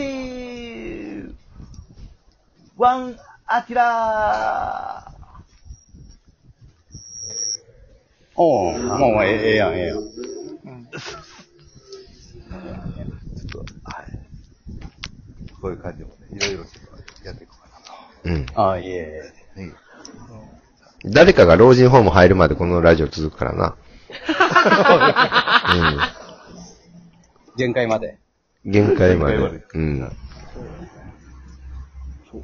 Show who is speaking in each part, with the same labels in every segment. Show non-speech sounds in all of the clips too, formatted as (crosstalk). Speaker 1: MC ワンアキラ
Speaker 2: おうまあまあ、ええええやん、ええやん。
Speaker 3: ちょっと、はい。こういう感じもね、いろいろちょっとやっていこうか
Speaker 4: うん。
Speaker 2: ああ、いえいえ。
Speaker 3: な。ね。
Speaker 4: 誰かが老人ホーム入るまでこのラジオ続くからな。
Speaker 2: 限界まで。
Speaker 4: うん。限
Speaker 3: 限界
Speaker 4: 界まで。
Speaker 3: まで
Speaker 4: うん。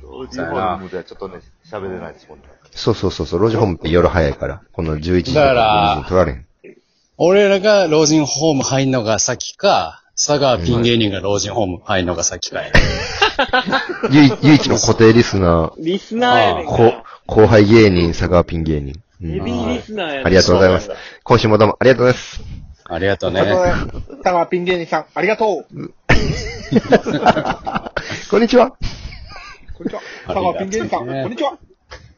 Speaker 3: 老人ホームではちょっとね、喋れないですもんね。
Speaker 4: そうそうそうそう、老人ホームって夜早いから。この11時
Speaker 5: だから
Speaker 4: 12時取られん。
Speaker 5: 俺らが老人ホーム入んのが先か、佐川ピン芸人が老人ホーム入んのが先かや。
Speaker 4: ゆい、ゆいちの固定リスナー、
Speaker 6: リスナーやねんか
Speaker 4: こ
Speaker 6: ら。
Speaker 4: 後輩芸人、佐川ピン芸人。うん
Speaker 6: ヘビーリスナーやねん
Speaker 4: ありがとうございます。今週もどうもありがとうございます。
Speaker 5: (laughs) ありがとうね。
Speaker 7: タワーピン芸人さん、ありがとう。
Speaker 4: こんにちは。
Speaker 7: こんにちは。タワーピン芸人さん、こんにちは。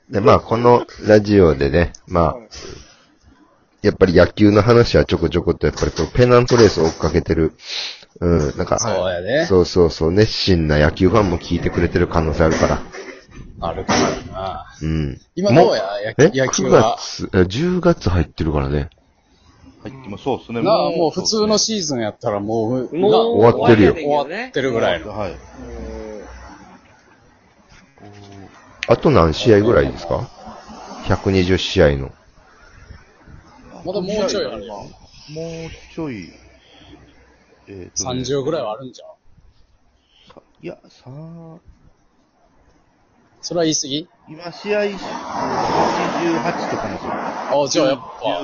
Speaker 4: で、まあ、このラジオでね、まあ、やっぱり野球の話はちょこちょこっと、やっぱりこうペナントレースを追っかけてる、うん、なんか、
Speaker 5: そうやね。
Speaker 4: そうそうそう、熱心な野球ファンも聞いてくれてる可能性あるから。
Speaker 5: あるからな。
Speaker 4: うん。
Speaker 5: 今どうや
Speaker 4: え
Speaker 5: 野野球
Speaker 4: ?9
Speaker 5: は。
Speaker 4: 月、え10月入ってるからね。
Speaker 3: はい、今そうですね。
Speaker 5: なあ、もう普通のシーズンやったらもう、
Speaker 6: もう
Speaker 5: な
Speaker 4: 終わってるよ
Speaker 6: 終
Speaker 5: 終
Speaker 6: わ
Speaker 5: わ
Speaker 6: っ
Speaker 5: って
Speaker 6: んけどね
Speaker 5: てるぐらいの。
Speaker 3: はい。
Speaker 4: あと何試合ぐらいですか ?120 試合の。
Speaker 5: まだもうちょいあるよ。
Speaker 3: もうちょい、えっ、と、ね、
Speaker 5: 30ぐらいはあるんじゃん。
Speaker 3: さいや、さあ、
Speaker 5: それは言い過ぎ
Speaker 3: 今試合88とかなんですよ。
Speaker 5: あ、じゃあやっ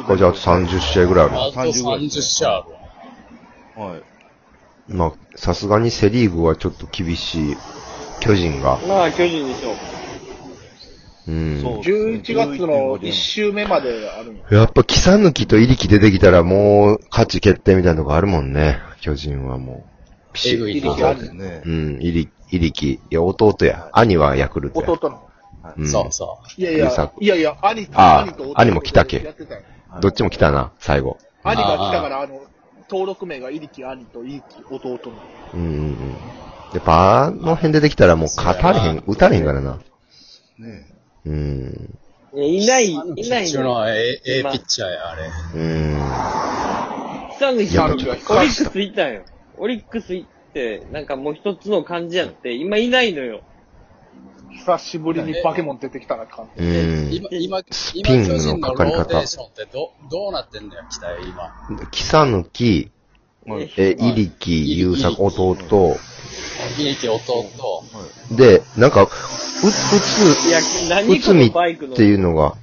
Speaker 5: ぱ、
Speaker 4: あじゃああと30試合ぐらいある。
Speaker 5: あと30社あるわ。
Speaker 3: はい。
Speaker 4: まあ、さすがにセリーグはちょっと厳しい。巨人が。
Speaker 6: まあ、巨人でしょう。
Speaker 4: うん。
Speaker 3: そう
Speaker 7: 11月の1週目まであるんや。
Speaker 4: やっぱ、木さぬきとイリキ出てきたらもう、勝ち決定みたいなのがあるもんね。巨人はもう。ピ
Speaker 5: えぐい
Speaker 3: そうですね
Speaker 4: う。ん、イリ、イリキ。いや、弟や。兄はヤクルトや。
Speaker 7: 弟の。
Speaker 4: ん
Speaker 5: そうそ。
Speaker 7: いやいや、いやいや、兄と、
Speaker 4: ああ
Speaker 7: と弟
Speaker 4: 兄も来たけ
Speaker 7: やってたよ
Speaker 4: どっちも来たな、最後。
Speaker 7: 兄が来たから、あの、登録名がイリキ兄とイリキ弟の。
Speaker 4: うんうんうん。やっぱ、あの辺出てきたらもう勝たれへん、打たれへんからな。
Speaker 3: ね
Speaker 4: うん。
Speaker 6: いない、いうない
Speaker 5: 中
Speaker 6: の。
Speaker 5: のえええ
Speaker 6: まあ
Speaker 5: ピッチャーや、あれ。
Speaker 4: うん。
Speaker 6: 久々に
Speaker 4: いや
Speaker 6: オリックス行ったんよ。オリックス行って、なんかもう一つの感じやって、今いないのよ。
Speaker 7: 久しぶりにバケモン出てきたな感じ。
Speaker 4: うん。
Speaker 5: 今、今、
Speaker 4: ス
Speaker 5: 今、
Speaker 4: ピン
Speaker 5: 巨
Speaker 4: の
Speaker 5: 人の
Speaker 4: かかり
Speaker 5: ロー
Speaker 4: 方
Speaker 5: テーションってど、どうなってんだよ、期待、今。
Speaker 4: 木さぬき、え、イリキ、優作、弟。
Speaker 5: イリキ弟と、
Speaker 4: で、なんか、う、打
Speaker 6: いや、
Speaker 4: つ、
Speaker 6: 何
Speaker 4: 打
Speaker 6: こ
Speaker 4: つ
Speaker 6: の
Speaker 4: み
Speaker 6: バイクの。
Speaker 4: っていうのが、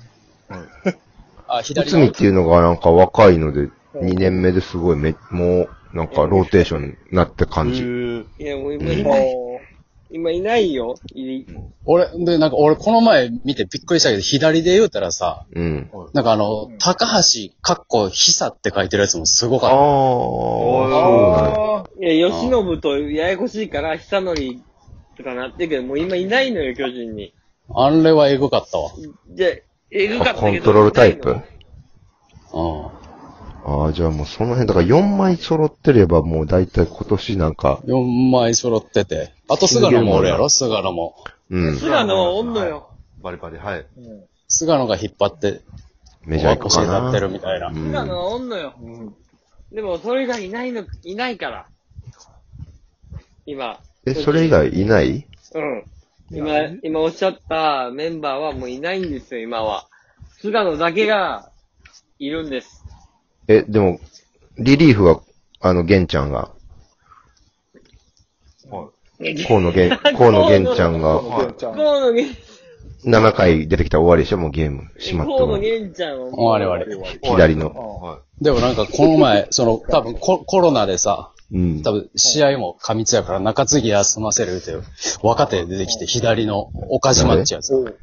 Speaker 5: あ、
Speaker 4: う
Speaker 5: 左。
Speaker 4: つみっていううのがなんか若いので、2年目ですごいめ、もう、なんかローテーションになって感じ。
Speaker 6: いや、もう今
Speaker 4: うん
Speaker 6: いない。今いないよ。い
Speaker 5: 俺、で、なんか俺この前見てびっくりしたけど、左で言うたらさ、
Speaker 4: うん。
Speaker 5: なんかあの、高橋、かっこ、ひさって書いてるやつもすご
Speaker 4: ああ、
Speaker 5: かっ
Speaker 4: そうなんや。
Speaker 6: いや、吉信とややこしいから、久則とかなってるけど、もう今いないのよ、巨人に。
Speaker 5: た。あれはエグかったわ。
Speaker 6: じゃ、えぐかったけど。
Speaker 4: コントロールタイプ
Speaker 5: う
Speaker 4: ああ、じゃあもうその辺、だから4枚揃ってればもう大体今年なんか、
Speaker 5: ん。4枚揃ってて。あと菅野もおるやろ菅野も。
Speaker 4: うん、
Speaker 6: 菅野はおんのよ。
Speaker 3: バリバリ、はい。
Speaker 5: 菅野が引っ張って、
Speaker 4: メジャー行
Speaker 5: こ
Speaker 4: くか
Speaker 5: な
Speaker 4: な。
Speaker 5: ってるみたいな。
Speaker 4: うん
Speaker 6: 菅野はおんのよ。でも、それがいないの、いないから。今。
Speaker 4: え、それ以外いない
Speaker 6: うん。今、今おっしゃったメンバーはもういないんですよ、今は。菅野だけが、いるんです。
Speaker 4: え、でも、リリーフは、あの、玄ちゃんが、河野玄、河野玄ちゃんが、
Speaker 7: はい、ちゃん。
Speaker 6: 河野源、
Speaker 4: 7回出てきたら終わりでしょもうゲーム、しまった
Speaker 6: 河野
Speaker 4: もん
Speaker 6: 源ちゃんはもう
Speaker 5: あれあれ。
Speaker 4: 左の。
Speaker 3: は
Speaker 5: でもなんかこの前、その、多分ココロナでさ、
Speaker 4: うん。
Speaker 5: 多分試合も過密やから中継ぎ休ませるっていう、若手出てきて左の岡島っちゅうやつ。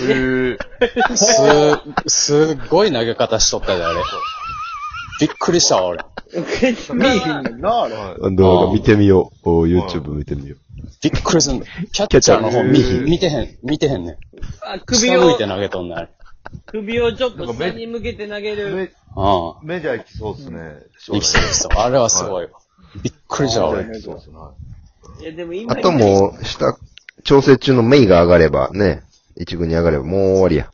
Speaker 3: い。え
Speaker 5: す、すっごい投げ方しとったで、あれ。びっくりしたわ、俺。
Speaker 4: (laughs)
Speaker 7: 見えへんねんな、あれ。
Speaker 4: 動画見てみよう。おー
Speaker 3: はい
Speaker 4: YouTube 見てみよ
Speaker 5: びっくりすんの。キャッチャーの方見見てへん、見てへんねん。
Speaker 6: あ
Speaker 5: 下
Speaker 6: 首
Speaker 5: 向い
Speaker 6: を
Speaker 5: て、投げとんねんあれ。
Speaker 6: 首をちょっと下に向けて投げ
Speaker 3: ー
Speaker 6: る。
Speaker 3: め
Speaker 5: あ
Speaker 3: メジャー行きそうっすね。
Speaker 5: あ。いきそうでした。あれはすごいわ。びっくりした、
Speaker 3: 将来
Speaker 5: 俺。
Speaker 3: メジャー行きそうっすね。はい
Speaker 6: いや、でも今
Speaker 4: あともう、下、調整中のメイが上がれば、ね、一軍に上がればもう終わりや。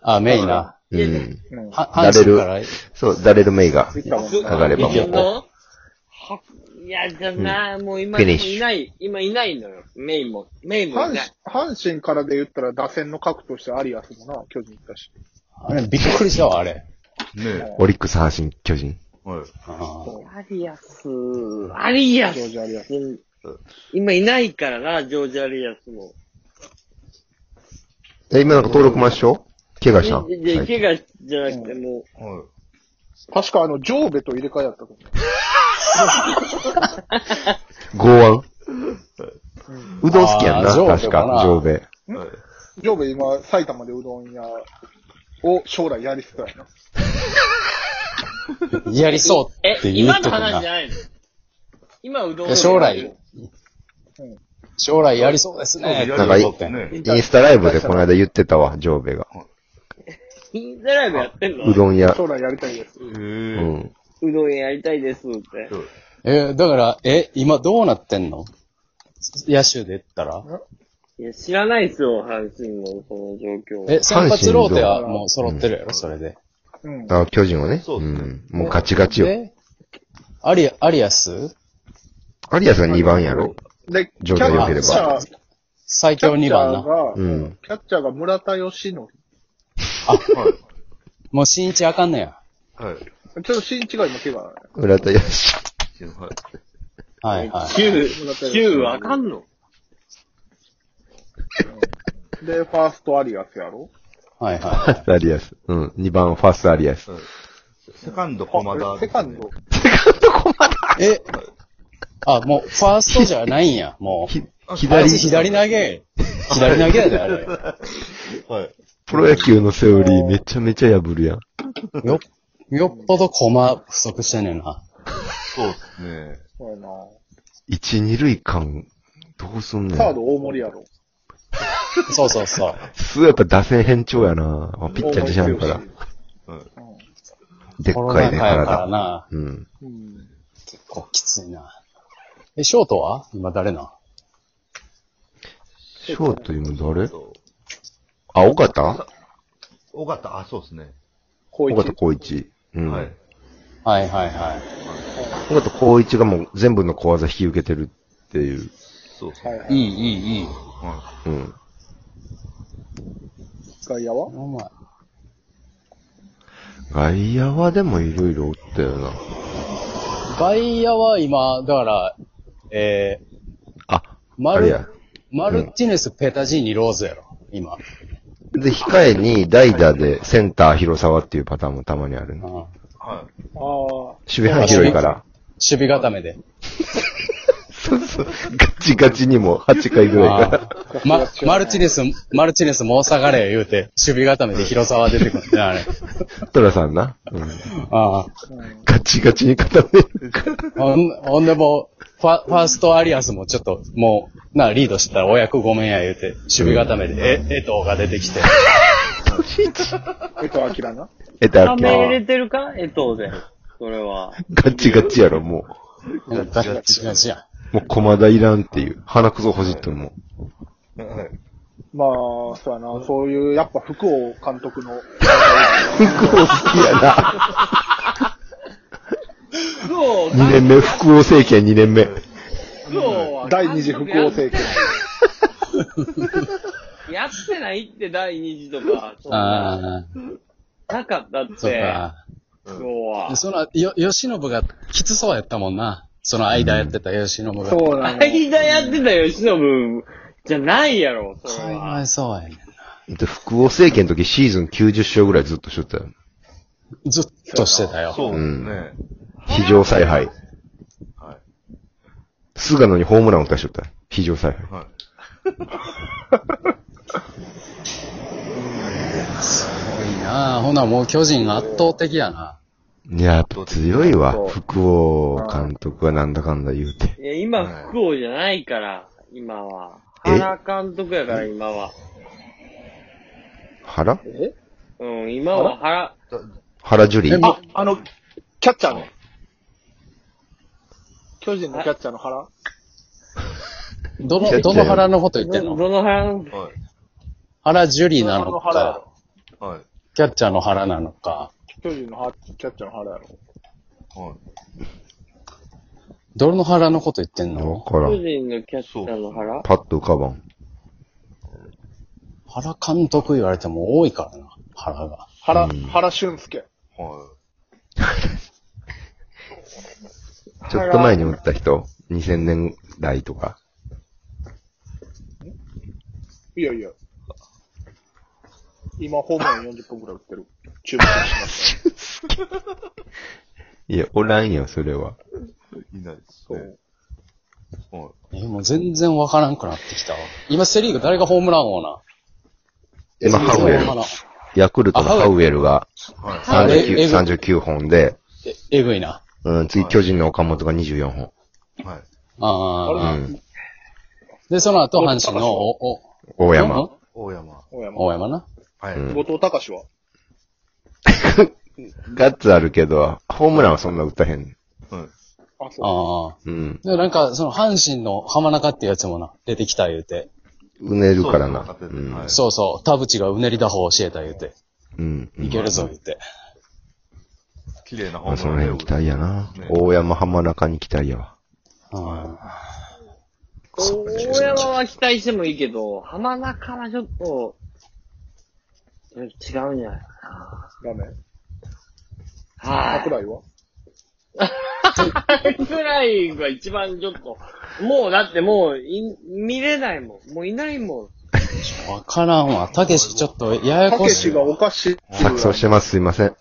Speaker 5: あ、メイな。
Speaker 4: うん。
Speaker 5: は阪神から
Speaker 4: そう、ダレルメイが
Speaker 7: いったもん
Speaker 4: 上がればもう
Speaker 6: そ
Speaker 4: 終
Speaker 6: ん
Speaker 4: わ
Speaker 6: なはいや、じゃな、もう今、
Speaker 4: フィ
Speaker 6: い
Speaker 4: ニッシュ
Speaker 6: ない、今いないのよ。メインも、メインもいな
Speaker 7: 阪
Speaker 6: い。
Speaker 7: 神阪神からで言ったら打線の核としてアリアスもな、巨人行ったし。
Speaker 5: あれ、びっくりしたわ、あれ。
Speaker 3: ね
Speaker 4: り。オリックス、阪神、巨人。
Speaker 3: え。はい。
Speaker 5: ああ
Speaker 6: アリアス、アリア
Speaker 7: ジョージアリア
Speaker 6: ス。今いないからな、ジョージアリアスも。
Speaker 4: え、今なんか登録抹消怪我
Speaker 6: い
Speaker 4: したん
Speaker 6: やいや、
Speaker 4: 最近
Speaker 6: 怪我じゃなくて、も
Speaker 3: はい。
Speaker 7: 確かあの、上下と入れ替えだったと思う。
Speaker 4: 剛腕うどん好きやんな、
Speaker 5: あー
Speaker 4: 確か。
Speaker 5: 上
Speaker 4: 上
Speaker 5: 部
Speaker 4: 部。
Speaker 7: 上下今、埼玉でうどん屋を将来やりそうやな。
Speaker 5: やりそう
Speaker 6: う、え
Speaker 5: って、言っ
Speaker 6: 今
Speaker 5: と
Speaker 6: の
Speaker 5: くな
Speaker 6: 話じゃ。ないの今、うどん
Speaker 5: い
Speaker 6: 屋
Speaker 5: や将来、将来やりそうですね。
Speaker 3: や
Speaker 4: なんかい
Speaker 3: りそうっすね。
Speaker 4: インスタライブでこの間言ってたわ、上部が。
Speaker 6: インスタライブやってんの
Speaker 4: うどん屋。
Speaker 7: 将来やりたいです。
Speaker 3: え
Speaker 4: う
Speaker 3: ー
Speaker 4: ん。
Speaker 6: うどん屋やりたいですって。
Speaker 5: えーだから、え、今どうなってんの野手で言ったら
Speaker 6: いや、知らないっすよ、阪神のその状況。
Speaker 5: え、先発ローテ
Speaker 4: 阪神
Speaker 5: は
Speaker 4: どう
Speaker 5: もう揃ってるやろ、それで。
Speaker 7: うん。
Speaker 4: あ、巨人はね。
Speaker 3: そううですね
Speaker 4: ん。もうガチガチよ。
Speaker 5: で、アリア、アリアス
Speaker 4: アリアスが2番やろ
Speaker 7: で、キ
Speaker 4: 上
Speaker 7: ャッチ
Speaker 4: 下良
Speaker 5: ければ
Speaker 7: ャー、
Speaker 5: 最
Speaker 7: キャ
Speaker 5: 強
Speaker 7: ッ
Speaker 5: 2
Speaker 7: チ
Speaker 5: 番
Speaker 7: ャー
Speaker 5: な。
Speaker 7: が、
Speaker 4: うん。
Speaker 7: キャッチャーが村田義則。
Speaker 5: もう新一あかんねや。
Speaker 3: はい。
Speaker 7: ちょっと新一が今怪我だね。
Speaker 4: 浦田よし。
Speaker 5: はいはい。
Speaker 6: 9、
Speaker 7: 村田
Speaker 6: 9わかんの
Speaker 7: で、ファーストアリアスやろ
Speaker 5: はいは
Speaker 4: ファーストアリアス。うん。2番、ファーストアリアス。
Speaker 3: セカンド、駒田。
Speaker 7: セカンド。。
Speaker 5: い。え、あ、もう、ファーストじゃないんや、も
Speaker 4: (laughs)
Speaker 5: う。あい
Speaker 4: 左、
Speaker 5: つ左投げ。左投げやで、あれ。
Speaker 3: はい。
Speaker 4: プロ野球のセオリーめちゃめちゃ破るやん。
Speaker 5: よ、よっぽど駒不足してんねんな。
Speaker 3: そうっすね。
Speaker 7: そうやな。
Speaker 4: 一、二塁間、どうすんね
Speaker 7: サー
Speaker 4: ん。
Speaker 7: ド大森やろ。
Speaker 5: そうそうそう。
Speaker 4: すやっぱ打線変調やな。まあピッチャー自社やから。でっ
Speaker 5: コロ
Speaker 4: か
Speaker 5: ナ
Speaker 4: いね、
Speaker 5: 禍やから
Speaker 4: 体。
Speaker 5: な。
Speaker 4: うん。
Speaker 7: うん。
Speaker 5: 結構きついな。え、ショートは今誰な
Speaker 4: ショート今誰あ、尾形
Speaker 3: 多かった。あ、そうっすね。
Speaker 7: こう
Speaker 4: 尾形光一。うん。
Speaker 3: はい。
Speaker 5: はいはいはい。
Speaker 4: 尾形光一がもう全部の小技引き受けてるっていう。
Speaker 3: そうっす
Speaker 7: はい
Speaker 3: ね。
Speaker 7: は
Speaker 5: い
Speaker 7: い。
Speaker 5: いいいいい。
Speaker 3: は
Speaker 4: うん。
Speaker 7: 外野は
Speaker 5: お前。
Speaker 4: 外野はでもいろいろおったよな。
Speaker 5: 外野は今、だから、えー、
Speaker 4: あ、
Speaker 5: マ
Speaker 4: あれ
Speaker 5: ル
Speaker 4: や、
Speaker 5: マルティネス、ペタジーニ、ローズやろ、今。
Speaker 4: で、控えに代打でセンター広沢っていうパターンもたまにある
Speaker 5: う
Speaker 4: な。
Speaker 5: ん
Speaker 4: 守
Speaker 5: 守
Speaker 3: は
Speaker 7: あ
Speaker 4: 備範囲広いから。
Speaker 5: 備固めで。
Speaker 4: そうそう。ガチガチにも8回ぐらいから。
Speaker 5: あーま、マルティネス、マルティネスもう下がれ言うて、守備固めで広沢出てくるんだよ、あれ。
Speaker 4: トラさんな。うん。
Speaker 5: あ
Speaker 4: ガチガチに固めるから。
Speaker 5: あ。ほん、ほんでもう、ファ、ファーストアリアスもちょっと、もう、な、リードしてたらお役ごめんや言うて、守備固めで、え、えとが出てきて。
Speaker 7: あ。江藤明な。
Speaker 4: えた
Speaker 6: た
Speaker 4: っ
Speaker 6: め
Speaker 4: け
Speaker 6: 入れてるかえっと、で。それは。
Speaker 4: ガチガチやろ、も
Speaker 5: ガチガチやん。
Speaker 4: う。もう駒田いらんっていう。鼻くそほじっとるもん。
Speaker 3: い。はい。
Speaker 7: まあ、そうやな。そういう、やっぱ福王監督の、
Speaker 4: 福王好きやな。
Speaker 6: 福王、
Speaker 4: 2年目、福王政権2年目。
Speaker 6: 福王は
Speaker 7: 第二次福王政権。
Speaker 6: やってないって、第二次とか。そんな
Speaker 5: ああ、
Speaker 6: なかったって。
Speaker 5: そうか。
Speaker 6: 福王は
Speaker 5: で。その、よ、吉信がきつそうやったもんな。その間やってた吉信が。
Speaker 7: そうなの。
Speaker 6: 間やってた吉信じゃないやろ、そ
Speaker 5: か
Speaker 6: れ
Speaker 5: わ
Speaker 6: は。
Speaker 5: いそうやね
Speaker 4: で、福王政権の時シーズン90勝ぐらいずっとしとったよ。
Speaker 5: ん。ずっとしてたよ。
Speaker 3: そうっすね。
Speaker 4: 非常采配。
Speaker 3: はい。
Speaker 4: 菅野にホームラン打たしとったよ。非常采配。
Speaker 3: はい。
Speaker 5: 多いなあほな、もう巨人圧倒的やな。
Speaker 4: いや、やっぱ強いわ。福王監督はなんだかんだ言うて。
Speaker 6: いや、今、福王じゃないから、今は。
Speaker 4: え
Speaker 6: 原監督やから、今は。
Speaker 4: 原
Speaker 6: うん、今は原、
Speaker 4: 原樹里。
Speaker 7: あ、あの、キャッチャーの。巨人のキャッチャーの腹
Speaker 5: どの、どの腹のこと言ってん
Speaker 6: ど
Speaker 5: の
Speaker 6: どの辺
Speaker 3: はい。
Speaker 5: 原樹里な
Speaker 7: の
Speaker 5: の
Speaker 7: 腹や
Speaker 5: か、
Speaker 7: ろ。
Speaker 3: はい。
Speaker 5: キャッチャーの腹なのか、
Speaker 7: 巨人のはキャッチャーの腹やろ。
Speaker 3: はい。
Speaker 5: どの腹のこと言ってん
Speaker 4: わ
Speaker 5: の
Speaker 4: から
Speaker 6: 巨
Speaker 4: ん。
Speaker 6: 人のキャッチャーの腹
Speaker 4: パッと浮かばん。
Speaker 5: 原監督言われても多いからな、腹が。
Speaker 7: 原、
Speaker 4: うん
Speaker 7: 原俊介。
Speaker 3: は
Speaker 4: ちょっと前に打った人 ?2000 年代とか。
Speaker 7: いやいや。今、ホームラン40本くらい打ってる。注目してます。
Speaker 4: いや、おらんよ、それは。
Speaker 3: い。いないです
Speaker 7: そ
Speaker 3: ね。
Speaker 7: う。
Speaker 3: はい。
Speaker 5: え、もう全然わからんくなってきたわ。今セリーグ誰がホームラン王な
Speaker 4: 今、
Speaker 5: 全
Speaker 4: ハ
Speaker 5: 然
Speaker 4: ウエ
Speaker 5: わ
Speaker 4: ル
Speaker 5: か。らん
Speaker 4: ヤクルトのハウエルが
Speaker 5: ハウエル
Speaker 4: 39 39本で、
Speaker 5: え、えぐいな。
Speaker 4: うん、次、巨人の岡本が24本。
Speaker 3: はい。
Speaker 5: あ
Speaker 4: う
Speaker 5: あ。
Speaker 4: ん。
Speaker 5: で、その後、阪神の、お、お、
Speaker 4: 大山。
Speaker 5: ん
Speaker 3: 大山。
Speaker 7: 大山。
Speaker 5: 大山な。
Speaker 3: はい。
Speaker 4: うん
Speaker 7: 後藤隆は
Speaker 4: ガッツあるけど、ホームランはそんな打たへん。
Speaker 3: はい。
Speaker 7: あ、そう。
Speaker 5: ああ。
Speaker 4: うん。
Speaker 5: で、なんか、その、阪神の浜中ってやつもな、出てきた言うて。
Speaker 4: うねるからな
Speaker 3: そう。
Speaker 4: う
Speaker 3: そうは
Speaker 4: ん
Speaker 3: い。
Speaker 5: そうそう、田淵がうねり打法を教えた言うて。
Speaker 4: うん。うん
Speaker 5: いけるぞ言うて。
Speaker 3: 綺麗なホ
Speaker 4: まあ
Speaker 3: ー
Speaker 4: そ
Speaker 3: ム
Speaker 4: の
Speaker 3: ラン
Speaker 4: 辺期待やな
Speaker 3: ね。
Speaker 4: 大山浜中に期待やわ。
Speaker 5: うん。
Speaker 6: 大山は期待してもいいけど、浜中はちょっと、違うんじゃないかな。
Speaker 7: ダメ。
Speaker 6: はい。
Speaker 7: 桜井は
Speaker 6: 桜井が一番ちょっと、もうだってもうい、見れないもん。もういないもん。
Speaker 5: わからんわ。たけし、ちょっと、やや
Speaker 7: た
Speaker 5: こ
Speaker 7: け
Speaker 5: し
Speaker 7: し
Speaker 5: い
Speaker 7: が
Speaker 5: わ。
Speaker 7: おかしい。
Speaker 4: 錯綜してます。すいません。